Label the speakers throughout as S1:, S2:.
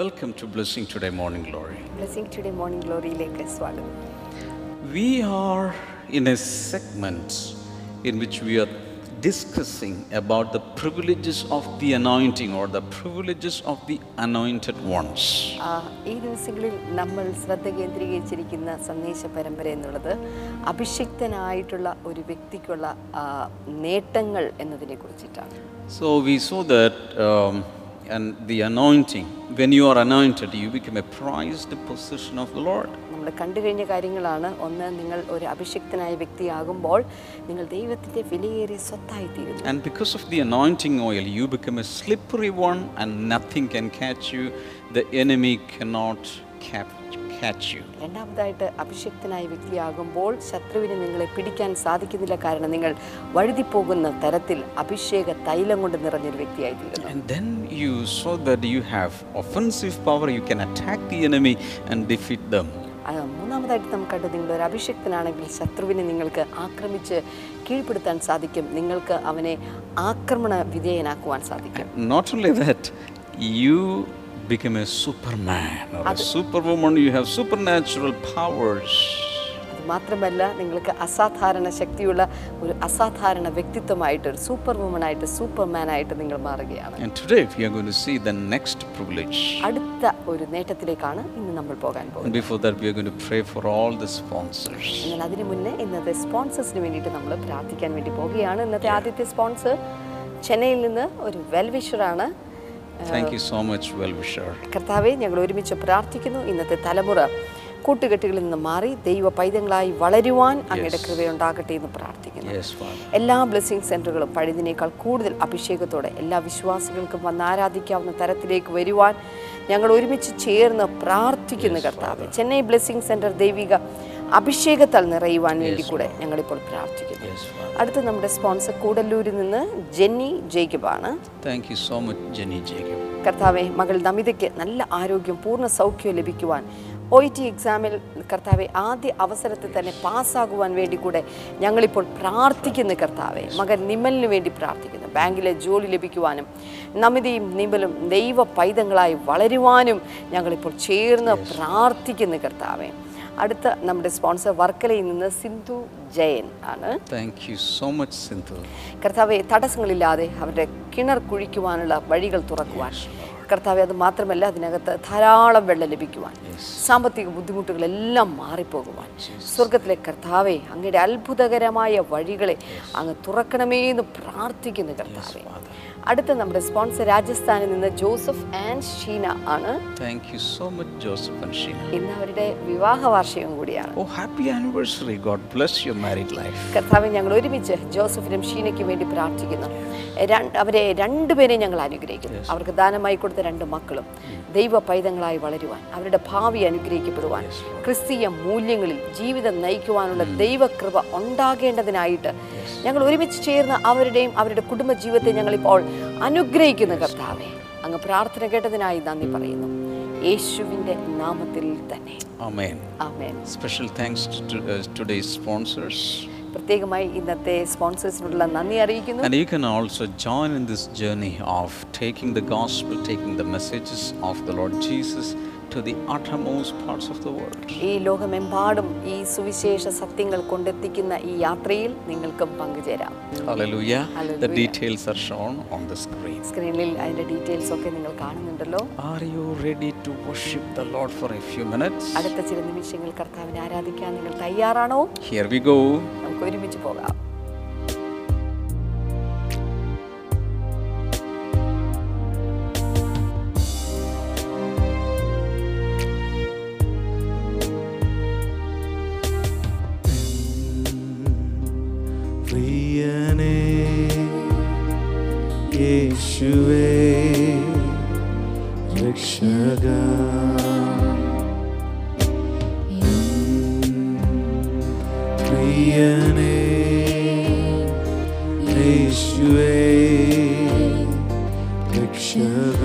S1: Welcome to Blessing Today Morning Glory.
S2: Blessing today morning ഗ്ലോറിയിലേക്ക് സ്വാഗതം
S1: We are in a segment in which we are discussing about the privileges of the anointing or the privileges of the anointed ones.
S2: ആ, ഈ ദിവസങ്ങളിൽ നമ്മൾ ശ്രദ്ധ കേന്ദ്രീകരിച്ചിരിക്കുന്ന സന്ദേശ പരമ്പര എന്നുള്ളത് അഭിഷിക്തനായിട്ടുള്ള ഒരു വ്യക്തിക്കുള്ള ആ, നേട്ടങ്ങൾ എന്നതിനെ കുറിച്ചിട്ടാണ്
S1: So we saw that um, and the anointing when you are anointed you become a prized possession of the Lord.
S2: നമ്മൾ കണ്ടു കഴിഞ്ഞ കാര്യങ്ങളാണ് ഒന്ന് നിങ്ങൾ ഒരു അഭിഷിക്തനായ വ്യക്തിയാകുമ്പോൾ നിങ്ങൾ ദൈവത്തിൻ്റെ വിലയേറിയ സ്വത്തായിത്തീരുന്നു
S1: And because of the anointing oil, you become a slippery one, and nothing can catch you. The enemy cannot cap- catch you.
S2: രണ്ടാമതായിട്ട് അഭിഷിക്തനായ വ്യക്തിയാകുമ്പോൾ ശത്രുവിന് നിങ്ങളെ പിടിക്കാൻ സാധിക്കുന്നില്ല കാരണം നിങ്ങൾ വഴുതിപ്പോകുന്ന തരത്തിൽ അഭിഷേക തൈലം കൊണ്ട് നിറഞ്ഞൊരു വ്യക്തിയായിത്തീരുന്നു
S1: And then you saw that you have offensive power, you can attack the enemy and defeat them.
S2: അത് മൂന്നാമതായിട്ട് നമുക്ക് കണ്ടത് നിങ്ങൾ ഒരു അഭിഷിക്തനാണെങ്കിൽ ശത്രുവിനെ നിങ്ങൾക്ക് ആക്രമിച്ച് കീഴ്പ്പെടുത്താൻ സാധിക്കും നിങ്ങൾക്ക് അവനെ ആക്രമണ വിധേയനാക്കുവാൻ സാധിക്കും
S1: Not only that, you become a superman or a superwoman, you have supernatural powers.
S2: അത് മാത്രമല്ല നിങ്ങൾക്ക് അസാധാരണ ശക്തിയുള്ള ഒരു അസാധാരണ വ്യക്തിത്വമായിട്ട് ഒരു സൂപ്പർ വുമണായിട്ട് സൂപ്പർമാനായിട്ട് നിങ്ങൾ മാറുകയാണ്
S1: And today we are going to see the next privilege.
S2: അടുത്ത ഒരു നേട്ടത്തിലേക്കാണ് ഇന്ന് നമ്മൾ പോകാൻ പോകുന്നത്
S1: And before that, we are going to pray for all the sponsors.
S2: എന്നാൽ അതിനു മുന്നേ ഇന്നത്തെ സ്പോൺസേഴ്സിന് വേണ്ടിയിട്ട് നമ്മൾ പ്രാർത്ഥിക്കാൻ വേണ്ടി പോവുകയാണ് ഇന്നത്തെ ആദ്യത്തെ സ്പോൺസർ ചെന്നൈയിൽ നിന്ന് ഒരു വെൽവിഷറാണ്
S1: Thank you so much, well wisher.
S2: കർത്താവെ ഞങ്ങൾ ഒരുമിച്ച് പ്രാർത്ഥിക്കുന്നു ഇന്നത്തെ തലമുറ കൂട്ടുകെട്ടുകളിൽ നിന്ന് മാറി ദൈവ പൈതങ്ങളായി വളരുവാൻ അങ്ങയുടെ കൃപയുണ്ടാകട്ടെ എന്ന് പ്രാർത്ഥിക്കുന്നു
S1: Yes, Father.
S2: എല്ലാ ബ്ലെസ്സിംഗ് സെൻ്ററുകളും പഴയതിനേക്കാൾ കൂടുതൽ അഭിഷേകത്തോടെ എല്ലാ വിശ്വാസികൾക്കും വന്ന് ആരാധിക്കാവുന്ന തരത്തിലേക്ക് വരുവാൻ ഞങ്ങൾ ഒരുമിച്ച് ചേർന്ന് പ്രാർത്ഥിക്കുന്നു കർത്താവ് ചെന്നൈ ബ്ലെസ്സിംഗ് സെൻ്റർ ദൈവിക അഭിഷേകത്താൽ നിറയുവാൻ വേണ്ടി കൂടെ ഞങ്ങളിപ്പോൾ പ്രാർത്ഥിക്കുന്നു
S1: Yes, Father.
S2: അടുത്ത നമ്മുടെ സ്പോൺസർ കൂടല്ലൂരിൽ നിന്ന് ജെന്നി ജേക്കബാണ്
S1: Thank you so much, Jenny Jacob.
S2: കർത്താവെ മകൾ നമിതയ്ക്ക് നല്ല ആരോഗ്യം പൂർണ്ണ സൗഖ്യം ലഭിക്കുവാൻ ഒ ടി എക്സാമിൽ കർത്താവെ ആദ്യ അവസരത്തിൽ തന്നെ പാസ്സാകുവാൻ വേണ്ടി കൂടെ ഞങ്ങളിപ്പോൾ പ്രാർത്ഥിക്കുന്നു കർത്താവെ മകൻ നിമലിന് വേണ്ടി പ്രാർത്ഥിക്കുന്നു ബാങ്കിലെ ജോലി ലഭിക്കുവാനും നമിതയും നിമലും ദൈവ പൈതങ്ങളായി വളരുവാനും ഞങ്ങളിപ്പോൾ ചേർന്ന് പ്രാർത്ഥിക്കുന്നു കർത്താവെ അടുത്ത നമ്മുടെ സ്പോൺസർ വർക്കലയിൽ നിന്ന് സിന്ധു ജയൻ ആണ്
S1: Thank you so much, Sindhu.
S2: കർത്താവെ തടസ്സങ്ങളില്ലാതെ അവരുടെ കിണർ കുഴിക്കുവാനുള്ള വഴികൾ തുറക്കുവാൻ കർത്താവെ അത് മാത്രമല്ല അതിനകത്ത് ധാരാളം വെള്ളം ലഭിക്കുവാൻ സാമ്പത്തിക ബുദ്ധിമുട്ടുകളെല്ലാം മാറിപ്പോകുവാൻ സ്വർഗത്തിലെ കർത്താവെ അങ്ങയുടെ അത്ഭുതകരമായ വഴികളെ അങ്ങ് തുറക്കണമേ എന്ന് പ്രാർത്ഥിക്കുന്നു കർത്താവെ അടുത്ത നമ്മുടെ സ്പോൺസർ രാജസ്ഥാനിൽ നിന്ന് ജോസഫ് ആൻഡ് ഷീന ആണ്
S1: Thank you so much, Joseph and Sheena.
S2: ഇന്ന് അവരുടെ വിവാഹ വാർഷികം കൂടിയാണ്
S1: Oh, happy anniversary. God bless your married life.
S2: കർത്താവെ ഞങ്ങൾ ഒരുമിച്ച് ജോസഫിനും ഷീനയ്ക്കും വേണ്ടി പ്രാർത്ഥിക്കുന്നു രണ്ട് അവരെ രണ്ടുപേരെയും ഞങ്ങൾ അനുഗ്രഹിക്കുന്നു അവർക്ക് ദാനമായി കൊടുത്ത രണ്ട് മക്കളും ദൈവ പൈതങ്ങളായി വളരുവാൻ അവരുടെ ഭാവി അനുഗ്രഹിക്കപ്പെടുവാൻ ക്രിസ്തീയ മൂല്യങ്ങളിൽ ജീവിതം നയിക്കുവാനുള്ള ദൈവകൃപ ഉണ്ടാകേണ്ടതിനായിട്ട് ഞങ്ങൾ ഒരുമിച്ച് ചേർന്ന് അവരുടെയും അവരുടെ കുടുംബ ജീവിതത്തെ ഞങ്ങളിപ്പോൾ അനുഗ്രഹിക്കുന്നു കർത്താവെ അങ്ങ് പ്രാർത്ഥന കേട്ടതിനായി നന്ദി പറയുന്നു യേശുവിൻ്റെ നാമത്തിൽ തന്നെ
S1: Amen.
S2: Amen
S1: Special thanks to uh, today's sponsors.
S2: പ്രത്യേകമായി ഇന്നത്തെ സ്പോൺസേഴ്സിനുള്ള നന്ദി അറിയിക്കുന്നു
S1: And you can also join in this journey of taking the gospel, taking the messages of the Lord Jesus to the uttermost parts of the world.
S2: ഈ ലോകമെമ്പാടും ഈ സുവിശേഷ സത്യങ്ങൾ കൊണ്ടെത്തിക്കുന്ന ഈ യാത്രയിൽ നിങ്ങൾക്കും പങ്കുചേരാം
S1: Hallelujah. The
S2: Hallelujah.
S1: details are shown on the screen.
S2: സ്ക്രീനിൽ അതിന്റെ ഡീറ്റെയിൽസ് ഒക്കെ നിങ്ങൾ കാണുന്നുണ്ടല്ലോ
S1: Are you ready to worship the Lord for a few minutes?
S2: അടുത്ത ചില നിമിഷങ്ങൾ കർത്താവിനെ ആരാധിക്കാൻ നിങ്ങൾ തയ്യാറാണോ
S1: Here we go.
S2: നമുക്ക് ഒരുമിച്ച് പോകാം
S3: പ്രിയനേ യേശുവേ രക്ഷക പ്രിയനേ യേശുവേ രക്ഷക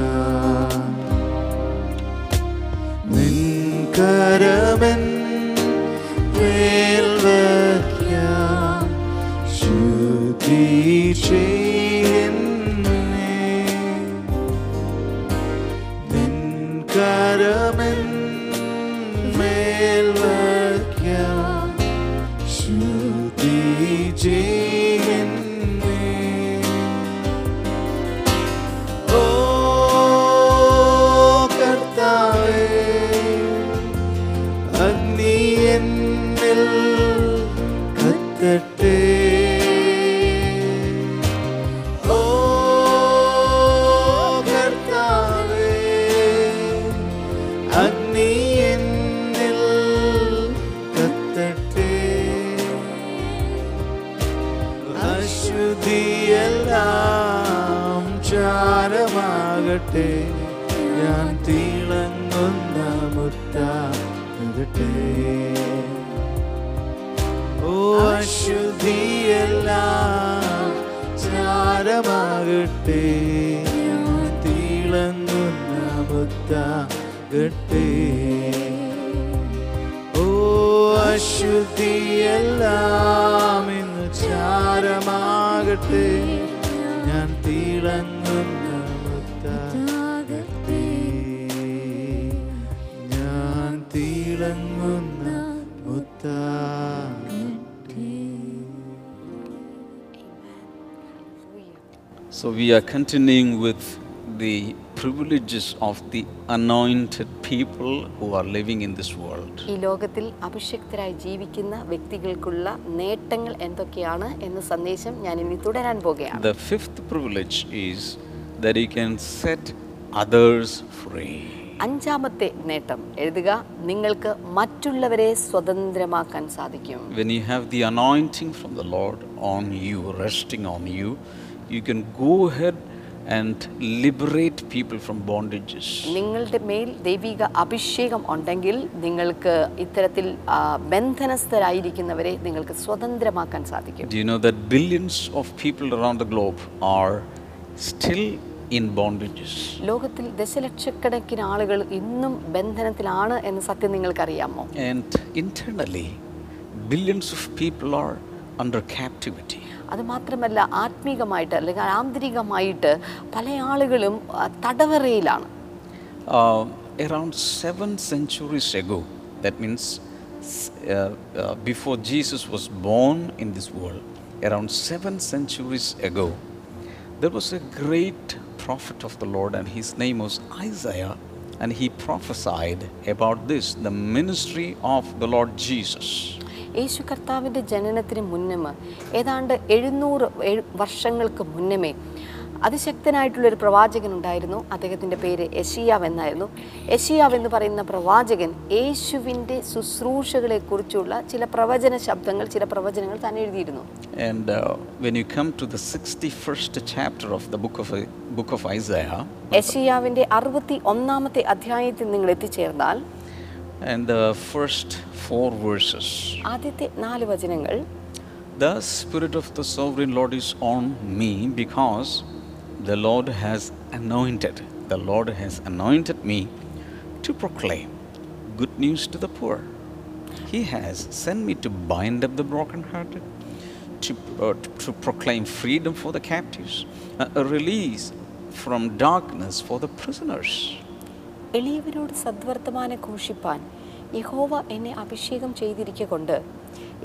S3: നിൻ കരമൻ മേൽ വയ്ക്കാം ശുദ്ധി ചെയ്യുന്നേ നിൻ കരമൻ മേൽ വയ്ക്കാം ശുദ്ധി ചെയ്യുന്നേ. ഓ കർത്താവേ, അഗ്നി എന്നിൽ കത്തട്ടെ ഓ കർത്താവേ, അഗ്നി എന്നിൽ കത്തട്ടെ അശുദ്ധിയെല്ലാം ചാരമാകട്ടെ ഞാൻ തിളങ്ങുന്ന മുത്താകട്ടെ ഓ അശുദ്ധിയെല്ലാം ചാരമാകട്ടെ ഞാൻ തിളങ്ങുന്ന മുത്താകട്ടെ ഓ അശുദ്ധിയെല്ലാം ഇന്ന് ചാരമാകട്ടെ ഞാൻ തിളങ്ങുന്ന മുത്താകട്ടെ ഞാൻ തിളങ്ങുന്ന മുത്താകട്ടെ
S1: So we are continuing with the privileges of the anointed people who are living in this world.
S2: ഈ ലോകത്തിൽ അഭിഷിക്തരായി ജീവിക്കുന്ന വ്യക്തികൾക്കുള്ള നേട്ടങ്ങൾ എന്തൊക്കെയാണ് എന്ന സന്ദേശം ഞാൻ ഇനി തുടരാൻ പോകുകയാണ്
S1: The fifth privilege is that you can set others free.
S2: അഞ്ചാമത്തെ നേട്ടം എഴുതുക നിങ്ങൾക്ക് മറ്റുള്ളവരെ സ്വതന്ത്രമാക്കാൻ സാധിക്കും
S1: When you have the anointing from the Lord on you, resting on you, you can go ahead and liberate people from bondages.
S2: നിങ്ങളുടെ മേൽ ദൈവിക അഭിഷേകം ഉണ്ടെങ്കിൽ നിങ്ങൾക്ക് ഇത്തരത്തിൽ ആ, ബന്ധനസ്ഥരായിരിക്കുന്നവരെ നിങ്ങൾക്ക് സ്വതന്ത്രമാക്കാൻ സാധിക്കും
S1: Do you know that billions of people around the globe are still in bondages?
S2: ലോകത്തിൽ ദശലക്ഷക്കണക്കിന് ആളുകൾ ഇന്നും ബന്ധനത്തിലാണ് എന്ന സത്യം നിങ്ങൾക്കറിയാമോ
S1: And internally, billions of people are under captivity.
S2: അത് മാത്രമല്ല ആത്മീകമായിട്ട് അല്ലെങ്കിൽ ആന്തരികമായിട്ട് പല ആളുകളും ആ, തടവറയിലാണ്
S1: Uh, around seven centuries ago, that means s- uh, uh, before Jesus was born in this world, around seven centuries ago, there was a great prophet of the Lord, and his name was Isaiah, and he prophesied about this the ministry of the Lord Jesus.
S2: യേശു കർത്താവിൻ്റെ ജനനത്തിന് മുന്നമേ ഏതാണ്ട് എഴുന്നൂറ് എഴു- വർഷങ്ങൾക്ക് മുന്നമേ അതിശക്തനായിട്ടുള്ളൊരു പ്രവാചകൻ ഉണ്ടായിരുന്നു അദ്ദേഹത്തിൻ്റെ പേര് യഷിയാവ് എന്നായിരുന്നു യഷിയാവ് എന്ന് പറയുന്ന പ്രവാചകൻ യേശുവിൻ്റെ ശുശ്രൂഷകളെക്കുറിച്ചുള്ള ചില പ്രവചന ശബ്ദങ്ങൾ ചില പ്രവചനങ്ങൾ താൻ എഴുതിയിരുന്നു
S1: And uh, when you come to the 61st chapter of the book of, book of Isaiah,
S2: യഷിയാവിൻ്റെ അറുപത്തി ഒന്നാമത്തെ അധ്യായത്തിൽ നിങ്ങൾ എത്തിച്ചേർന്നാൽ
S1: And the first four verses
S2: ആദ്യത്തെ നാല് വചനങ്ങൾ
S1: The Spirit of the Sovereign Lord is on me because the Lord has anointed, the Lord has anointed me to proclaim good news to the poor. He has sent me to bind up the brokenhearted, to, uh, to proclaim freedom for the captives, a- a release from darkness for the prisoners.
S2: എളിയവരോട് സദ്വർത്തമാന ഘോഷിപ്പാൻ യഹോവ എന്നെ അഭിഷേകം ചെയ്തിരിക്കൊണ്ട്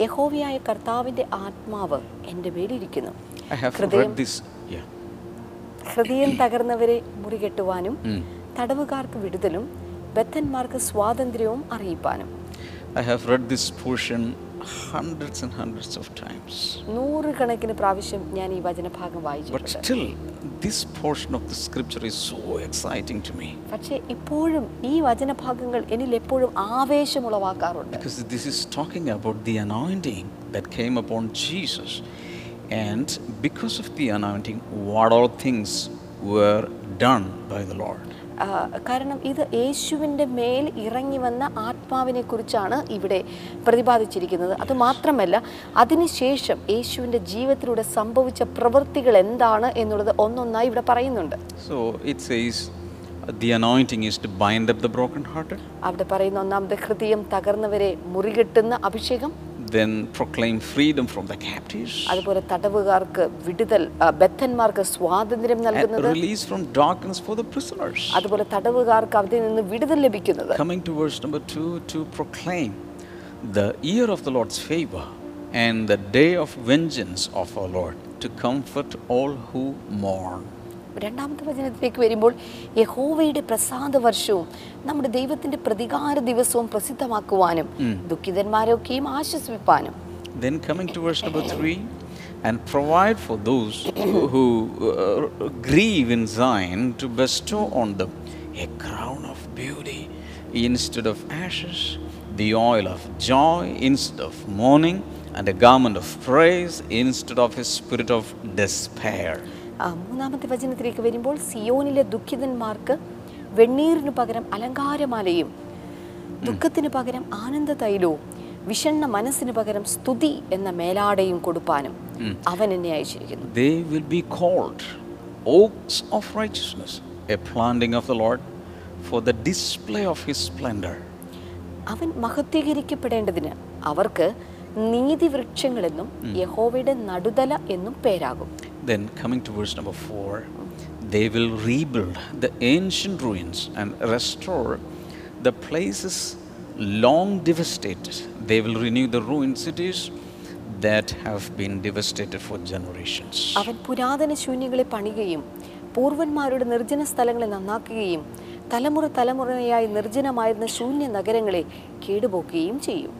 S2: യഹോവയായ കർത്താവിൻ്റെ ആത്മാവ് എൻ്റെ മേലിരിക്കുന്നു
S1: I have
S2: ഹൃദയം
S1: read this. Yeah.
S2: ഹൃദയം തകർന്നവരെ മുറികെട്ടുവാനും തടവുകാർക്ക് വിടുതലും ബദ്ധന്മാർക്ക് സ്വാതന്ത്ര്യവും അറിയിപ്പാനും
S1: I have read this portion hundreds and hundreds of times.
S2: നൂറുകണക്കിന് പ്രാവശ്യം ഞാൻ ഈ വചനഭാഗം
S1: But
S2: വായിച്ചിട്ടുണ്ട്
S1: still, this portion of the scripture is so exciting to me
S2: പക്ഷേ ഇപ്പോഴും ഈ വചനഭാഗങ്ങൾ എന്നിൽ എപ്പോഴും ആവേശമുളവാക്കാറുണ്ട്
S1: because this is talking about the anointing that came upon Jesus. And because of the anointing, what all things were done by the Lord.
S2: ആ, കാരണം ഇത് യേശുവിൻ്റെ മേൽ ഇറങ്ങി വന്ന ആത്മാവിനെ കുറിച്ചാണ് ഇവിടെ പ്രതിപാദിച്ചിരിക്കുന്നത് അത് മാത്രമല്ല അതിനുശേഷം യേശുവിൻ്റെ ജീവിതത്തിലൂടെ സംഭവിച്ച പ്രവൃത്തികൾ എന്താണ് എന്നുള്ളത് ഒന്നൊന്നായി ഇവിടെ പറയുന്നുണ്ട്
S1: So it says uh, the anointing is to bind up the brokenhearted,
S2: അവിടെ പറയുന്ന ഒന്നാമത് ഹൃദയം തകർന്നവരെ മുറികെട്ടുന്ന അഭിഷേകം
S1: then proclaim freedom from the captives,
S2: അതുപോലെ തടവുകാർക്ക് വിടുതൽ ആ, ബദ്ധന്മാർക്ക് സ്വാതന്ത്ര്യം
S1: and
S2: നൽകുന്നത്
S1: release from darkness for the prisoners.
S2: അതുപോലെ തടവുകാർക്ക് അതിൽ നിന്ന് വിടുതൽ ലഭിക്കുന്നത്
S1: Coming to verse number two, to proclaim the year of the Lord's favor and the day of vengeance of our Lord, to comfort all who mourn.
S2: രണ്ടാമത്തെ വചനത്തിലേക്ക് വരുമ്പോൾ യഹോവയുടെ പ്രസാദ വർഷവും നമ്മുടെ ദൈവത്തിന്റെ പ്രതികാര ദിവസവും പ്രസിദ്ധമാക്കുവാനും ദുഃഖിതന്മാരൊക്കെയും ആശ്വസിപ്പാനും
S1: Then coming to verse number three, and provide for those who uh, grieve in Zion to bestow on them a crown of beauty instead of ashes, the oil of joy instead of mourning, and a garment of praise instead of a spirit of despair.
S2: ആ, മൂന്നാമത്തെ വചനത്തിലേക്ക് വരുമ്പോൾ സിയോനിലെ ദുഃഖിതന്മാർക്ക് വെണ്ണീറിന് പകരം അലങ്കാരമാലയും ദുഃഖത്തിന് പകരം ആനന്ദ തൈലവും വിഷണ്ണ മനസ്സിന് പകരം സ്തുതി എന്ന മേലാടയും കൊടുപ്പാനും അവൻ എന്നെ അയച്ചിരിക്കുന്നു
S1: They will be called oaks of righteousness, a planting of the Lord for the display of his splendor.
S2: അവൻ മഹത്വീകരിക്കപ്പെടേണ്ടതിന് അവർക്ക് നീതിവൃക്ഷങ്ങളെന്നും യഹോവയുടെ നടുതല എന്നും പേരാകും
S1: Then coming to verse number four, they will rebuild the ancient ruins and restore the places long devastated. They will renew the ruined cities that have been devastated for generations.
S2: അവൻ പുരാതന ശൂന്യങ്ങളെ പണികയും പൂർവന്മാരുടെ നിർജ്ജന സ്ഥലങ്ങളെ നന്നാക്കുകയും തലമുറ തലമുറയായി നിർജ്ജനമായിരുന്ന ശൂന്യ നഗരങ്ങളെ കേടുപോക്കുകയും ചെയ്യും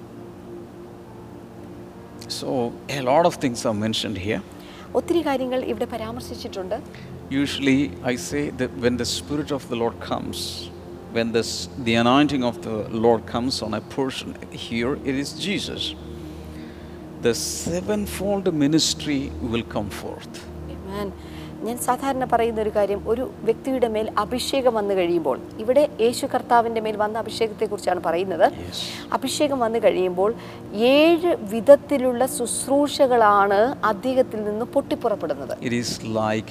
S1: So, a lot of things are mentioned here.
S2: ഒത്തിരി കാര്യങ്ങൾ ഇവിടെ പരാമർശിച്ചിട്ടുണ്ട്
S1: Usually, I say that when the Spirit of the Lord comes, when this, the anointing of the Lord comes on a person, here it is Jesus. The sevenfold ministry will come forth.
S2: Amen. ഞാൻ സാധാരണ പറയുന്ന ഒരു കാര്യം ഒരു വ്യക്തിയുടെ മേൽ അഭിഷേകം വന്നു കഴിയുമ്പോൾ ഇവിടെ യേശു കർത്താവിൻ്റെ മേൽ വന്ന അഭിഷേകത്തെക്കുറിച്ചാണ് പറയുന്നത് അഭിഷേകം വന്നു കഴിയുമ്പോൾ ഏഴ് വിധത്തിലുള്ള ശുശ്രൂഷകളാണ് അദ്ദേഹത്തിൽ നിന്ന് പൊട്ടിപ്പുറപ്പെടുന്നത്
S1: It is like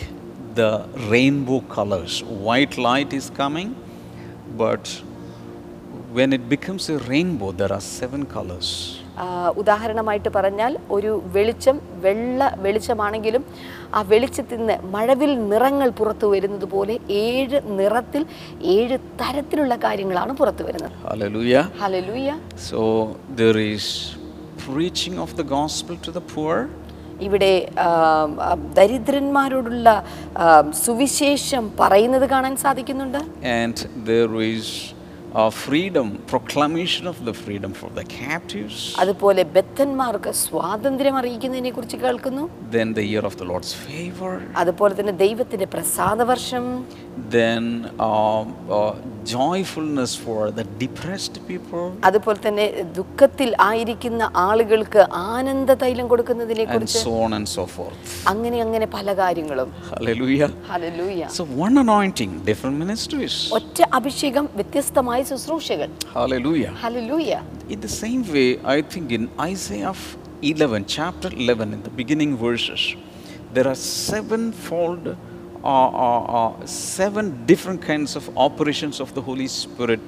S1: the rainbow colors. White light is coming, but when it becomes a rainbow, there are seven colors.
S2: ആ, ഉദാഹരണമായിട്ട് പറഞ്ഞാൽ ഒരു വെളിച്ചം വെള്ള വെളിച്ചമാണെങ്കിലും ആ വെളിച്ചത്തിൽ നിന്ന് മഴവിൽ നിറങ്ങൾ പുറത്തു വരുന്നത് പോലെ ഏഴ് നിറത്തിൽ ഏഴ് തരത്തിലുള്ള കാര്യങ്ങളാണ് പുറത്തു വരുന്നത്
S1: Hallelujah.
S2: Hallelujah
S1: So there is preaching of the gospel to the poor.
S2: ഇവിടെ ആ, ആ, ദരിദ്രന്മാരോടുള്ള ആ, സുവിശേഷം പറയുന്നത് കാണാൻ സാധിക്കുന്നുണ്ട്
S1: and there is a freedom, proclamation of the freedom for the captives,
S2: അതുപോലെ ബദ്ധന്മാർക്ക് സ്വാതന്ത്ര്യം അറിയിക്കുന്നതിനെ കുറിച്ച് കേൾക്കുന്നു
S1: then the year of the Lord's favor,
S2: അതുപോലെ തന്നെ ദൈവത്തിന്റെ പ്രസാദവർഷം
S1: then uh, uh, joyfulness for the depressed people,
S2: അതുപോലെ തന്നെ ദുഃഖത്തിൽ ആയിരിക്കുന്ന ആളുകൾക്ക് ആനന്ദ തൈലം കൊടുക്കുന്നതിനെ
S1: and
S2: കുറിച്ച്
S1: so on and so forth.
S2: അങ്ങനെ അങ്ങനെ പല കാര്യങ്ങളും
S1: Hallelujah.
S2: ഹലലൂയ
S1: So, one anointing, different ministries.
S2: ഒറ്റ അഭിഷേകം വ്യത്യസ്തമായ ശുശ്രൂഷകൾ
S1: Hallelujah.
S2: Hallelujah
S1: In the same way, I think in Isaiah f- 11, chapter 11, in the beginning verses, there are sevenfold, uh, uh, uh, seven different kinds of operations of the Holy Spirit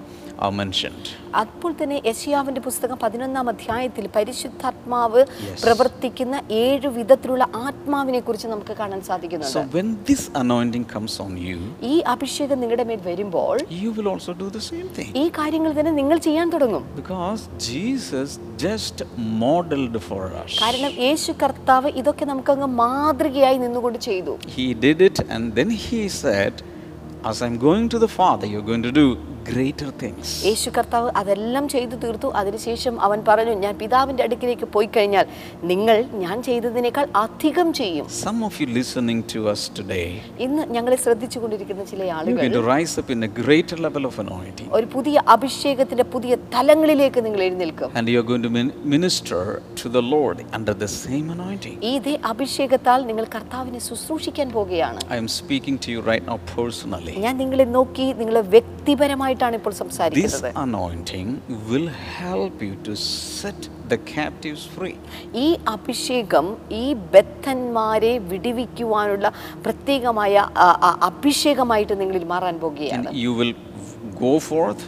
S1: are mentioned.
S2: അപ്പോൾ തന്നെ യശിയാവിന്റെ പുസ്തകം പതിനൊന്നാം അധ്യായത്തിൽ പരിശുദ്ധാത്മാവ് പ്രവർത്തിക്കുന്ന ഏഴു വിധത്തിലുള്ള ആത്മാവിനെ കുറിച്ച് നമുക്ക് കാണാൻ സാധിക്കുന്നുണ്ട്
S1: So when this anointing comes on you,
S2: ഈ അഭിഷേകം നിങ്ങളുടെ മേൽ വരുമ്പോൾ
S1: you will also do the same thing.
S2: ഈ കാര്യങ്ങൾ തന്നെ നിങ്ങൾ ചെയ്യാൻ തുടങ്ങും
S1: Because Jesus just modeled for us.
S2: കാരണം യേശു കർത്താവ് ഇതൊക്കെ നമുക്കങ്ങ് മാതൃകയായി നിന്നുകൊണ്ട് ചെയ്തു
S1: He did it and then he said, As I'm going to the Father, you're going to do greater things.
S2: യേശു കർത്താവ് അതെല്ലാം ചെയ്തു തീർത്തു അതിനുശേഷം അവൻ പറഞ്ഞു ഞാൻ പിതാവിൻ്റെ അടുക്കിലേക്ക് പോയി കഴിഞ്ഞാൽ നിങ്ങൾ ഞാൻ ചെയ്തതിനേക്കാൾ അധികം ചെയ്യും
S1: Some of you listening to us today,
S2: ഇന്ന് ഞങ്ങളെ ശ്രദ്ധിച്ചുകൊണ്ടിരിക്കുന്ന ചില
S1: you're going
S2: ആളുകൾ
S1: to rise up in a greater level of anointing
S2: ഒരു പുതിയ അഭിഷേകത്തിന്റെ പുതിയ തലങ്ങളിലേക്ക് നിങ്ങൾ എഴുന്നേൽക്കും
S1: and you're going to min- minister to the Lord under the same anointing.
S2: ഈ ഇതേ അഭിഷേകത്താൽ നിങ്ങൾ കർത്താവിനെ ശുശ്രൂഷിക്കാൻ പോകുകയാണ്
S1: I am speaking to you right now personally.
S2: ഞാൻ നിങ്ങളെ നോക്കി നിങ്ങളെ വ്യക്തിപരമായിട്ടാണ് ഇപ്പോൾ
S1: This
S2: സംസാരിക്കുന്നത്
S1: anointing will help you to set the captives free.
S2: ഈ അഭിഷേകം ഈ ബദ്ധന്മാരെ വിടിവിക്കുവാനുള്ള പ്രത്യേകമായ ആ, ആ, അഭിഷേകമായിട്ട് നിങ്ങളിൽ മാറാൻ പോകുകയാണ്
S1: And you will go forth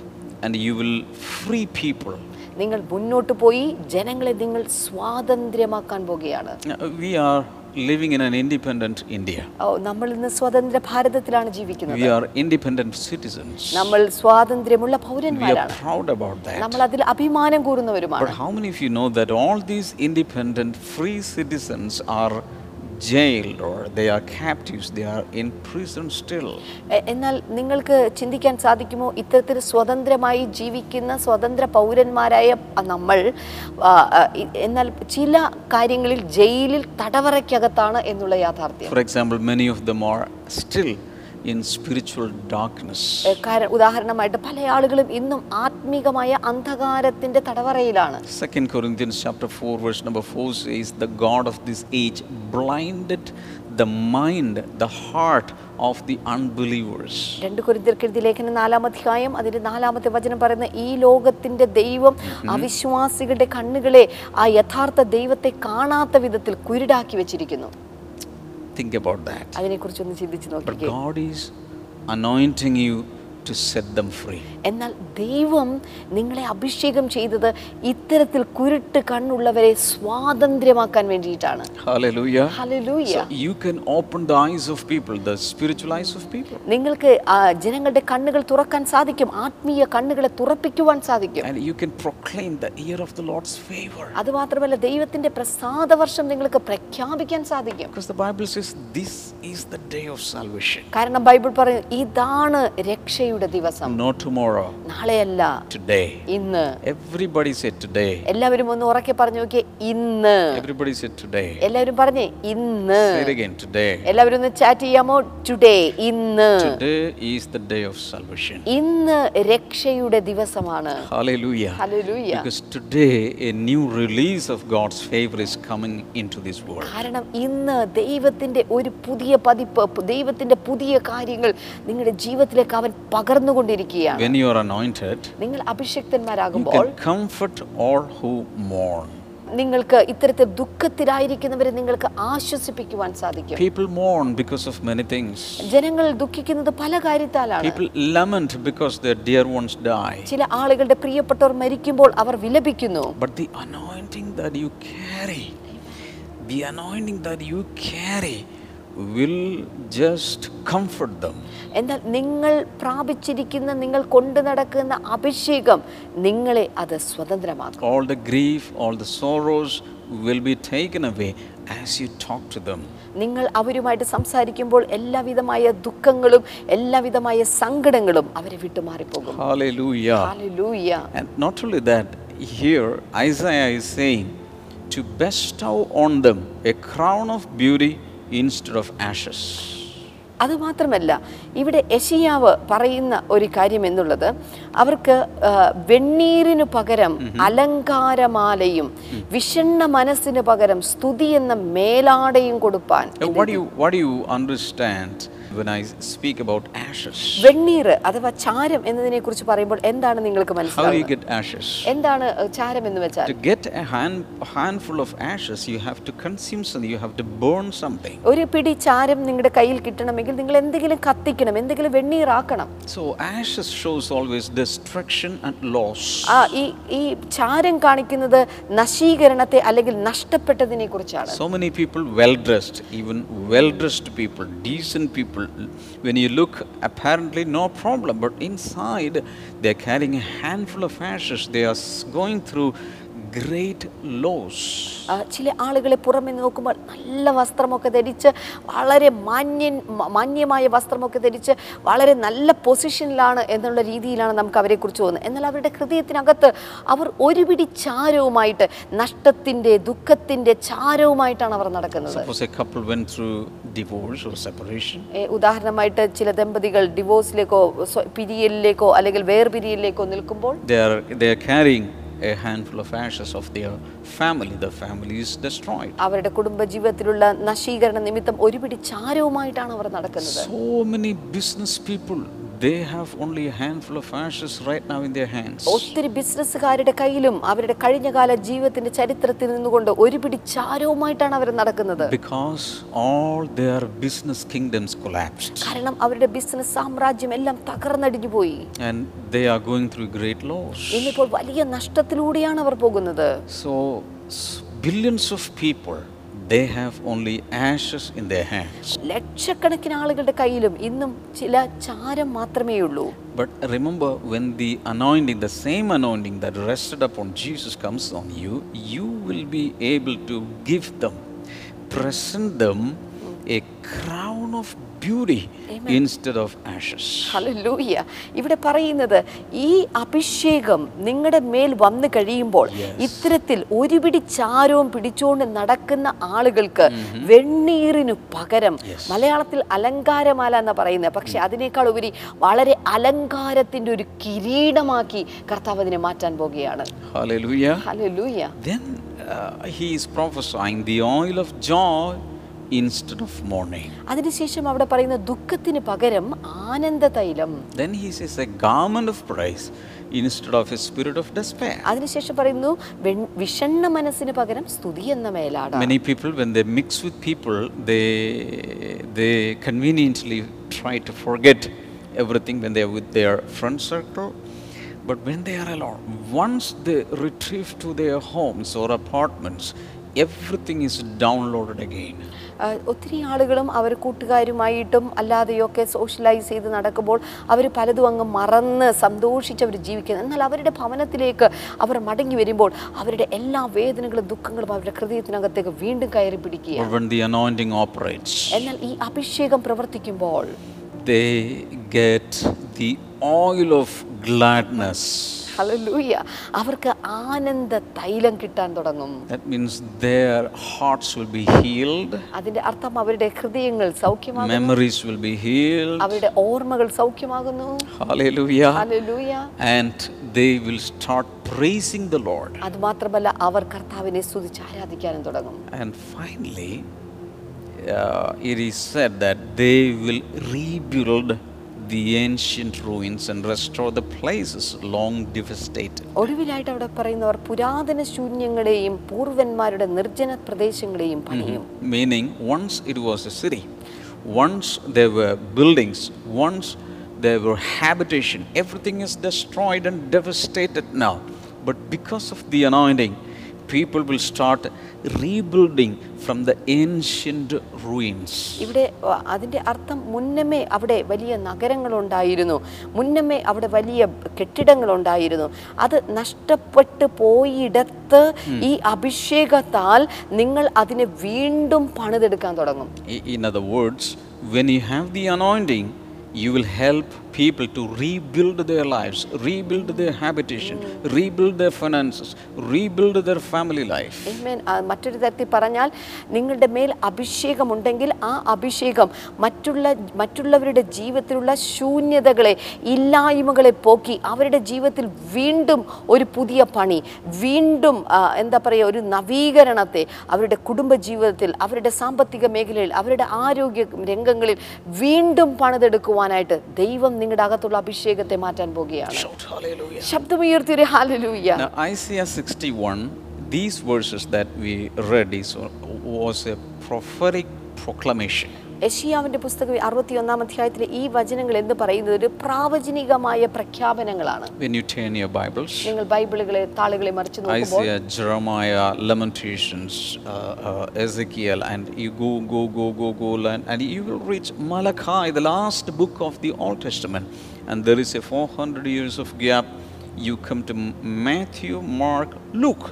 S1: and you will free people
S2: നിങ്ങൾ മുന്നോട്ട് പോയി ജനങ്ങളെ നിങ്ങൾ സ്വാതന്ത്ര്യമാക്കാൻ പോകുകയാണ്
S1: Uh, We are living in an independent India.
S2: ഓ, നമ്മൾ ഇന്ന് സ്വതന്ത്ര ഭാരതത്തിലാണ് ജീവിക്കുന്നത്
S1: We are independent citizens.
S2: നമ്മൾ സ്വാതന്ത്ര്യമുള്ള
S1: We are
S2: പൗരന്മാരാണ്
S1: proud about that.
S2: നമ്മൾ അതിൽ അഭിമാനം
S1: But
S2: കൂറുന്നവരുമാണ്
S1: how many of you know that all these independent free citizens are jailed or they are captives, they are in prison still?
S2: എ- എന്നാൽ നിങ്ങൾക്ക് ചിന്തിക്കാൻ സാധിക്കുമോ ഇത്തരത്തിൽ സ്വതന്ത്രമായി ജീവിക്കുന്ന സ്വതന്ത്ര പൗരന്മാരായ നമ്മൾ ആ, ആ, ഇ- എന്നാൽ ചില കാര്യങ്ങളിൽ ജയിലിൽ തടവറയ്ക്കകത്താണ് എന്നുള്ള യാഥാർത്ഥ്യം
S1: For example, many of them are still in spiritual darkness.
S2: എ, കാരണം ഉദാഹരണമായിട്ട് പല ആളുകളും ഇന്നും ആത്മീകമായ അന്ധകാരത്തിന്റെ തടവറയിലാണ്
S1: 2 Corinthians chapter 4 verse number 4 says the god of this age blinded the mind the heart of the unbelievers
S2: രണ്ട് കുരുതിർക്കെഴുതി ലേഖനം നാലാം അധ്യായം അതിന്റെ നാലാമത്തെ വചനം പറയുന്ന ഈ ലോകത്തിന്റെ ദൈവം അവിശ്വാസികളുടെ കണ്ണുകളെ ആ യഥാർത്ഥ ദൈവത്തെ കാണാത്ത വിധത്തിൽ കുരുടാക്കി വെച്ചിരിക്കുന്നു
S1: think about that
S2: അതിനെക്കുറിച്ച് ഒന്ന് ചിന്തിച്ചു
S1: but
S2: നോക്കിക്കേ
S1: god is anointing you to set them free
S2: എന്നാൽ ദൈവം നിങ്ങളെ അഭിഷേകം ചെയ്തത് ഇത്തരത്തിൽ കുരുട്ട് കണ്ണുള്ളവരെ സ്വാതന്ത്ര്യമാക്കാൻ വേണ്ടിയിട്ടാണ്
S1: hallelujah
S2: ഹല്ലേലൂയ.
S1: so you can open the eyes of people the spiritual eyes of people
S2: നിങ്ങൾക്ക് ആ, ജനങ്ങളുടെ കണ്ണുകൾ തുറക്കാൻ സാധിക്കും ആത്മീയ കണ്ണുകളെ തുറപ്പിക്കുവാൻ സാധിക്കും
S1: and you can proclaim the year of the lord's favor
S2: അതുമാത്രമല്ല ദൈവത്തിന്റെ പ്രസാദ വർഷം നിങ്ങൾക്ക് പ്രഖ്യാപിക്കാൻ സാധിക്കും
S1: because the bible says this is the day of salvation
S2: കാരണം ബൈബിൾ പറയും ഇതാണ് രക്ഷയുടെ ദിവസം
S1: not tomorrow
S2: നാളെയല്ല
S1: today
S2: ഇന്ന്
S1: everybody said today
S2: എല്ലാവരും ഒന്ന് ഉറക്കെ പറഞ്ഞു നോക്കിയേ ഇന്ന്
S1: Everybody said today.
S2: എല്ലാവരും പറഞ്ഞേ ഇന്ന്
S1: Say it again today.
S2: എല്ലാവരും ഒന്ന് ചാറ്റ് ചെയ്യാമോ ടുഡേ ഇന്ന്
S1: Today is the day of salvation.
S2: ഇന്ന് രക്ഷയുടെ ദിവസമാണ്
S1: Hallelujah.
S2: Hallelujah.
S1: Because today a new release of God's favor is coming into this world.
S2: കാരണം ഇന്ന് ദൈവത്തിന്റെ ഒരു പുതിയ പതിപ്പ് പു- ദൈവത്തിന്റെ പുതിയ കാര്യങ്ങൾ നിങ്ങളുടെ ജീവിതത്തിലേക്ക് അവൻ പകർന്നുകൊണ്ടിരിക്കുകയാണ്
S1: When you are anointed,
S2: നിങ്ങൾ
S1: you
S2: അഭിഷക്തന്മാരാകുമ്പോൾ
S1: can comfort all who mourn.
S2: നിങ്ങൾക്ക് ഇത്തരത്തിൽ ദുഃഖത്തിലായിരിക്കുന്നവരെ നിങ്ങൾക്ക് ആശ്വസിപ്പിക്കുവാൻ സാധിക്കും
S1: People mourn because of many things.
S2: ജനങ്ങൾ ദുഃഖിക്കുന്നത് പല കാര്യത്താലാണ്
S1: People lament because their dear ones die.
S2: ചില ആളുകളുടെ പ്രിയപ്പെട്ടവർ മരിക്കുമ്പോൾ അവർ വിലപിക്കുന്നു
S1: But the anointing that you carry, the anointing that you carry will just comfort them.
S2: എന്നാൽ നിങ്ങൾ പ്രാപിച്ചിരിക്കുന്ന നിങ്ങൾ കൊണ്ടു നടക്കുന്ന അഭിഷേകം നിങ്ങളെ അത് സ്വതന്ത്രമാക്കും
S1: all the grief, all the sorrows will be taken away as you talk to them.
S2: നിങ്ങൾ അവരുമായിട്ട് സംസാരിക്കുമ്പോൾ എല്ലാവിധമായ ദുഃഖങ്ങളും എല്ലാവിധമായ സങ്കടങ്ങളും അവരെ വിട്ടുമാറിപ്പോകും
S1: Hallelujah.
S2: ഹല്ലേലൂയ
S1: And not only that, here Isaiah is saying to bestow on them a crown of beauty instead of ashes.
S2: അത് മാത്രമല്ല ഇവിടെ യശിയാവ് പറയുന്ന ഒരു കാര്യം എന്നുള്ളത് അവർക്ക് ആ, വെണ്ണീരിനു പകരം അലങ്കാരമാലയും വിഷണ്ണ മനസ്സിന് പകരം സ്തുതി എന്ന മേലാടയും കൊടുപ്പാൻ
S1: Uh, What do you what do you understand when I speak about ashes?
S2: വെണ്ണീർ അഥവാ ചാരം എന്നതിനെ കുറിച്ച് പറയുമ്പോൾ എന്താണ് നിങ്ങൾക്ക്
S1: How do you
S2: മനസ്സിലാവുന്നത്
S1: get ashes?
S2: എന്താണ് ഏഹ്, ചാരം എന്ന് വെച്ചാൽ
S1: To get a hand, handful of ashes, you have to consume something, you have to burn something.
S2: ഒരു പിടി ചാരം നിങ്ങളുടെ കയ്യിൽ കിട്ടണമെങ്കിൽ നിങ്ങൾ എന്തെങ്കിലും കത്തിക്കണം എന്തെങ്കിലും വെണ്ണീറാക്കണം
S1: So ashes shows always destruction and loss.
S2: ആ ഈ ഈ ചാരം കാണിക്കുന്നത് നശീകരണത്തെ അല്ലെങ്കിൽ നഷ്ടപ്പെട്ടതിനെ കുറിച്ചാണ്
S1: So many people well dressed, even well dressed people, decent people. When you look, apparently no problem, but inside they are carrying a handful of ashes. They are s- going through great loss.
S2: ആ, ചില ആളുകളെ പുറമെ നോക്കുമ്പോൾ നല്ല വസ്ത്രമൊക്കെ ധരിച്ച് വളരെ മാന്യൻ മ- മാന്യമായ വസ്ത്രമൊക്കെ ധരിച്ച് വളരെ നല്ല പൊസിഷനിലാണ് എന്നുള്ള രീതിയിലാണ് നമുക്ക് അവരെക്കുറിച്ച് തോന്നുന്നത് എന്നാൽ അവരുടെ ഹൃദയത്തിനകത്ത് അവർ ഒരു പിടി ചാരവുമായിട്ട് നഷ്ടത്തിൻ്റെ ദുഃഖത്തിൻ്റെ ചാരവുമായിട്ടാണ് അവർ നടക്കുന്നത്
S1: Suppose a couple went through divorce or separation.
S2: ഏ, ഉദാഹരണമായിട്ട് ചില ദമ്പതികൾ ഡിവോഴ്സിലേക്കോ സ്വ- പിരിയലിലേക്കോ അല്ലെങ്കിൽ വേർപിരിയലിലേക്കോ നിൽക്കുമ്പോൾ
S1: They are, they are carrying a handful of ashes of their family. The family is destroyed.
S2: അവരുടെ കുടുംബ ജീവിതത്തിലുള്ള നശീകരണ നിമിത്തം ഒരുപിടി ചാരവുമായിട്ടാണ് അവർ നടക്കുന്നത്
S1: So many business people, They have only a handful of ashes right now in their hands.
S2: ഒത്തിരി ബിസിനസ്സുകാരുടെ കയ്യിലും അവരുടെ കഴിഞ്ഞകാല ജീവിതത്തിന്റെ ചരിത്രത്തിൽ നിന്നുകൊണ്ട് ഒരു പിടി ചാരവുമായിട്ടാണ് അവർ നടക്കുന്നത്
S1: Because all their business kingdoms collapsed.
S2: കാരണം അവരുടെ ബിസിനസ് സാമ്രാജ്യം എല്ലാം തകർന്നടിഞ്ഞു പോയി
S1: And they are going through great loss.
S2: ഇന്നിപ്പോൾ വലിയ നഷ്ടത്തിലൂടെയാണ് അവർ പോകുന്നത്
S1: So, s- billions of people, they have only ashes in their hands.
S2: ലക്ഷക്കണക്കിന് ആളുകളുടെ കയ്യിലും ഇന്നും ചില ചാരം മാത്രമേ ഉള്ളൂ
S1: But remember, when the anointing, the same anointing that rested upon Jesus comes on you, you will be able to give them, present them a crown of beauty instead of ashes.
S2: Hallelujah ഇവിടെ പറയുന്നത് ഈ അഭിഷേകം നിങ്ങളുടെ മേൽ വന്നു കഴിയുമ്പോൾ ഇത്തരത്തിൽ ഒരു പിടി ചാരവും പിടിച്ചുകൊണ്ട് നടക്കുന്ന ആളുകൾക്ക് വെണ്ണീറിനു പകരം മലയാളത്തിൽ അലങ്കാരമാല എന്ന് പറയുന്നത് പക്ഷെ അതിനേക്കാൾ ഉപരി വളരെ അലങ്കാരത്തിന്റെ ഒരു കിരീടമാക്കി കർത്താവ് അതിനെ മാറ്റാൻ പോകുകയാണ്
S1: Hallelujah.
S2: ഹല്ലേലൂയ
S1: Then uh, he is prophesying the oil of joy instead of mourning.
S2: അതിനുശേഷം അവിടെ പറയുന്ന ദുഃഖത്തിന് പകരം ആനന്ദ തൈലം
S1: Then he says a garment of praise instead of a spirit of despair.
S2: അതിനുശേഷം പറയുന്നു വെൺ- വിഷണ്ണ മനസ്സിന് പകരം സ്തുതി എന്ന മേലാട
S1: Many people, when they mix with people, they they conveniently try to forget everything when they are with their friend circle. But when they are alone, once they retrieve to their homes or apartments, everything is downloaded again.
S2: ആ, ഒത്തിരി ആളുകളും അവർ കൂട്ടുകാരുമായിട്ടും അല്ലാതെയൊക്കെ socialise ചെയ്ത് നടക്കുമ്പോൾ അവർ പലതും അങ്ങ് മറന്ന് സന്തോഷിച്ച് അവർ ജീവിക്കുന്നു എന്നാൽ അവരുടെ ഭവനത്തിലേക്ക് അവർ മടങ്ങി വരുമ്പോൾ അവരുടെ എല്ലാ വേദനകളും ദുഃഖങ്ങളും അവരുടെ ഹൃദയത്തിനകത്തേക്ക് വീണ്ടും കയറി
S1: Or
S2: പിടിക്കുക
S1: when the anointing operates,
S2: എന്നാൽ ഈ അഭിഷേകം പ്രവർത്തിക്കുമ്പോൾ
S1: they get the oil of gladness.
S2: Hallelujah അവർക്ക് ആനന്ദ തൈലം കിട്ടാൻ തുടങ്ങും
S1: That means their hearts will be healed,
S2: അതിന്റെ അർത്ഥം അവരുടെ ഹൃദയങ്ങൾ സൗഖ്യമാകും
S1: memories will be healed.
S2: അവരുടെ ഓർമ്മകൾ സൗഖ്യമാകുന്നു
S1: Hallelujah.
S2: ഹല്ലേലൂയ
S1: And they will start praising the Lord.
S2: അതുമാത്രമല്ല അവർ കർത്താവിനെ സ്തുതിച്ച് ആരാധിക്കാനും തുടങ്ങും
S1: And finally, uh, it is said that they will rebuild the ancient ruins and restore the places long devastated.
S2: ഒടുവിലായിട്ട് അവിടെ പറയുന്നവർ പുരാതന ശൂന്യങ്ങളെയും പൂർവന്മാരുടെ നിർജ്ജന പ്രദേശങ്ങളെയും പണിയും
S1: Meaning, once it was a city, once there were buildings, once there were habitation, everything is destroyed and devastated now. But because of the anointing, people will start rebuilding from the ancient ruins.
S2: ഇവിടെ ആ, അതിന്റെ അർത്ഥം മുന്നമേ അവിടെ വലിയ നഗരങ്ങളുണ്ടായിരുന്നു മുന്നമേ അവിടെ വലിയ കെട്ടിടങ്ങളുണ്ടായിരുന്നു അത് നഷ്ടപ്പെട്ടു പോയിടത്ത് ഈ അഭിഷേകത്താൽ നിങ്ങൾ അതിനെ വീണ്ടും പണിതെടുക്കാൻ തുടങ്ങും
S1: I- In other words, when you have the anointing, you will help people to rebuild their lives, rebuild their habitation, rebuild their finances, rebuild their family life.
S2: Amen. ആ, മറ്റൊരു തരത്തിൽ പറഞ്ഞാൽ നിങ്ങളുടെ മേൽ അഭിഷേകമുണ്ടെങ്കിൽ ആ അഭിഷേകം മറ്റുള്ള മറ്റുള്ളവരുടെ ജീവിതത്തിലുള്ള ശൂന്യതകളെ ഇല്ലായ്മകളെ പോക്കി അവരുടെ ജീവിതത്തിൽ വീണ്ടും ഒരു പുതിയ പണി വീണ്ടും ആ, എന്താ പറയുക ഒരു നവീകരണത്തെ അവരുടെ കുടുംബ ജീവിതത്തിൽ അവരുടെ സാമ്പത്തിക മേഖലയിൽ അവരുടെ ആരോഗ്യ രംഗങ്ങളിൽ വീണ്ടും പണിതെടുക്കുവാനായിട്ട് ദൈവം നിങ്ങളുടെ അകത്തുള്ള അഭിഷേകത്തെ മാറ്റാൻ പോകുകയാണ് ശബ്ദമുയർത്തി ഒരു hallelujah
S1: Now, Isaiah 61, these verses that we read is, was a prophetic proclamation.
S2: യഷിയാവിന്റെ പുസ്തകം അറുപത്തിയൊന്നാം അധ്യായത്തിലെ ഈ വചനങ്ങൾ എന്ന് പറയുന്നത് ഒരു പ്രാവചനികമായ പ്രഖ്യാപനങ്ങളാണ്
S1: When you turn your Bibles,
S2: നിങ്ങൾ ബൈബിളുകളെ താളുകളെ മറിച്ച് നോക്കുമ്പോൾ
S1: Isaiah, Jeremiah, Lamentations, uh, uh, Ezekiel, and you go, go, go, go, go, and, and you will reach Malachi, the last book of the Old Testament. And there is a 400 years of gap. You come to Matthew, Mark, Luke.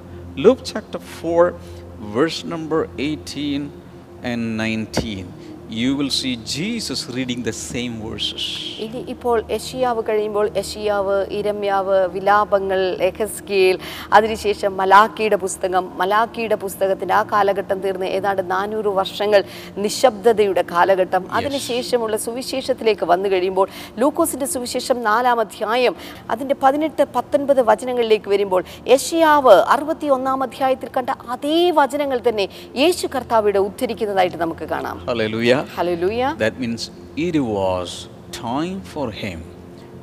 S1: Luke chapter 4, verse number 18 and 19. You will see Jesus reading the same verses.
S2: ഇനി ഇപ്പോൾ യഷിയാവ് കഴിയുമ്പോൾ യഷിയാവ് ഇരമ്യാവ് വിലാപങ്ങൾ എഹസ്കേൽ അതിനുശേഷം മലാക്കിയുടെ പുസ്തകം മലാക്കിയുടെ പുസ്തകത്തിന്റെ ആ കാലഘട്ടം തീർന്ന് ഏതാണ്ട് നാനൂറ് വർഷങ്ങൾ നിശബ്ദതയുടെ കാലഘട്ടം അതിനുശേഷമുള്ള സുവിശേഷത്തിലേക്ക് വന്നു കഴിയുമ്പോൾ ലൂക്കോസിന്റെ സുവിശേഷം നാലാം അധ്യായം അതിന്റെ പതിനെട്ട് പത്തൊൻപത് വചനങ്ങളിലേക്ക് വരുമ്പോൾ യഷിയാവ് അറുപത്തി ഒന്നാം അധ്യായത്തിൽ കണ്ട അതേ വചനങ്ങൾ തന്നെ യേശു കർത്താവിടെ ഉദ്ധരിക്കുന്നതായിട്ട് നമുക്ക് കാണാം
S1: Hallelujah.
S2: Hallelujah
S1: That means it was time for him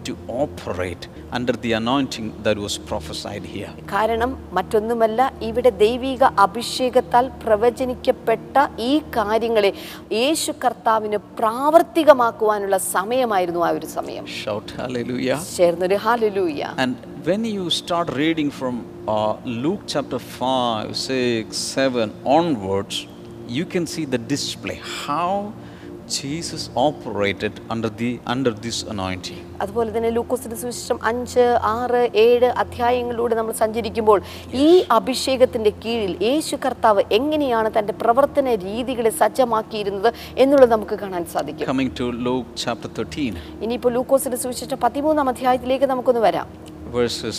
S1: to operate under the anointing that was prophesied here.
S2: കാരണം മറ്റൊന്നുമല്ല ഇവിടെ ദൈവിക അഭിഷേകത്താൽ പ്രവചനിക്കപ്പെട്ട ഈ കാര്യങ്ങളെ യേശു കർത്താവിന് പ്രാവർത്തികമാക്കുവാനുള്ള സമയമായിരുന്നു ആ ഒരു സമയം
S1: Shout hallelujah.
S2: ചേർന്നൊരു ഹാലുലൂയ
S1: And when you start reading from uh, Luke chapter 5, 6, 7 onwards, you can see the display how Jesus operated under the under this anointing.
S2: അതുപോലെ തന്നെ ലൂക്കോസിന്റെ സുവിശേഷം അഞ്ച് ആറ് ഏഴ് അധ്യായങ്ങളിലൂടെ നമ്മൾ സഞ്ചരിക്കുമ്പോൾ ഈ അഭിഷേകത്തിന്റെ കീഴിൽ യേശു കർത്താവ് എങ്ങനെയാണ് തന്റെ പ്രവർത്തന രീതികളെ സജ്ജമാക്കിയിരുന്നത് എന്നുള്ളത് നമുക്ക് കാണാൻ സാധിക്കും
S1: Coming to Luke chapter 13,
S2: ഇനിയിപ്പോൾ ലൂക്കോസിന്റെ സുവിശേഷം പതിമൂന്നാം അധ്യായത്തിലേക്ക് നമുക്കൊന്ന് വരാം
S1: verses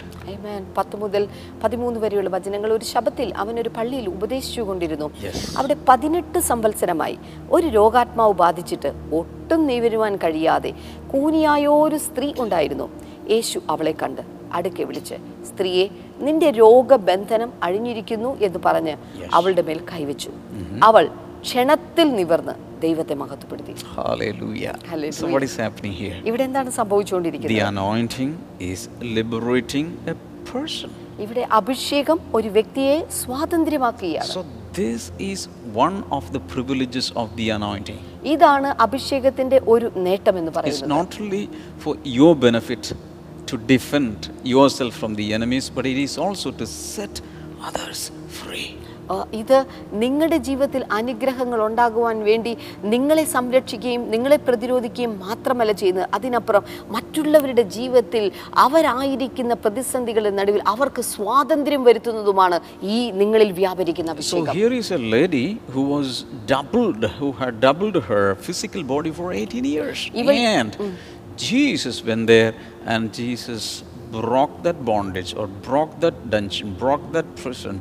S2: Amen. പത്ത് മുതൽ പതിമൂന്ന് വരെയുള്ള വചനങ്ങൾ ഒരു ശബത്തിൽ അവൻ ഒരു പള്ളിയിൽ ഉപദേശിച്ചു കൊണ്ടിരുന്നു
S1: Yes.
S2: അവിടെ പതിനെട്ട് സംവത്സരമായി ഒരു രോഗാത്മാവ് ബാധിച്ചിട്ട് ഒട്ടും നീവരുവാൻ കഴിയാതെ കൂനിയായോരു സ്ത്രീ ഉണ്ടായിരുന്നു യേശു അവളെ കണ്ട് അടുക്കെ വിളിച്ച് സ്ത്രീയെ നിന്റെ രോഗബന്ധനം അഴിഞ്ഞിരിക്കുന്നു എന്ന് പറഞ്ഞ്
S1: Yes. Mm-hmm.
S2: അവളുടെ മേൽ കൈവച്ചു അവൾ ക്ഷണത്തിൽ നിവർന്ന് ദൈവത്തെ മഹത്വപ്പെടുത്തി
S1: Hallelujah. So
S2: Hallelujah.
S1: what is happening here?
S2: ഇവിടെ എന്താണ്
S1: The
S2: സംഭവിച്ചുകൊണ്ടിരിക്കുന്നത്
S1: anointing is liberating a person.
S2: ഇവിടെ അഭിഷേകം ഒരു വ്യക്തിയെ സ്വാതന്ത്ര്യമാക്കുകയാണ്
S1: So, this is one of the privileges of the anointing.
S2: ഇതാണ് അഭിഷേകത്തിന്റെ ഒരു നേട്ടം എന്ന്
S1: It's
S2: പറയുന്നത്
S1: not only for your benefit to defend yourself from the enemies, but it is also to set others free.
S2: ആ, ഇത് നിങ്ങളുടെ ജീവിതത്തിൽ അനുഗ്രഹങ്ങൾ ഉണ്ടാകുവാൻ വേണ്ടി നിങ്ങളെ സംരക്ഷിക്കുകയും നിങ്ങളെ പ്രതിരോധിക്കുകയും മാത്രമല്ല ചെയ്യുന്നത് അതിനപ്പുറം മറ്റുള്ളവരുടെ ജീവിതത്തിൽ അവരായിരിക്കുന്ന പ്രതിസന്ധികളുടെ നടുവിൽ അവർക്ക് സ്വാതന്ത്ര്യം വരുത്തുന്നതുമാണ് ഈ നിങ്ങളിൽ വ്യാപരിക്കുന്ന
S1: So,
S2: അഭിഷേകം
S1: here is a lady who was doubled, who had doubled her physical body for 18 years.
S2: Even-
S1: and Jesus went there and Jesus broke that bondage or broke that dungeon, broke that prison,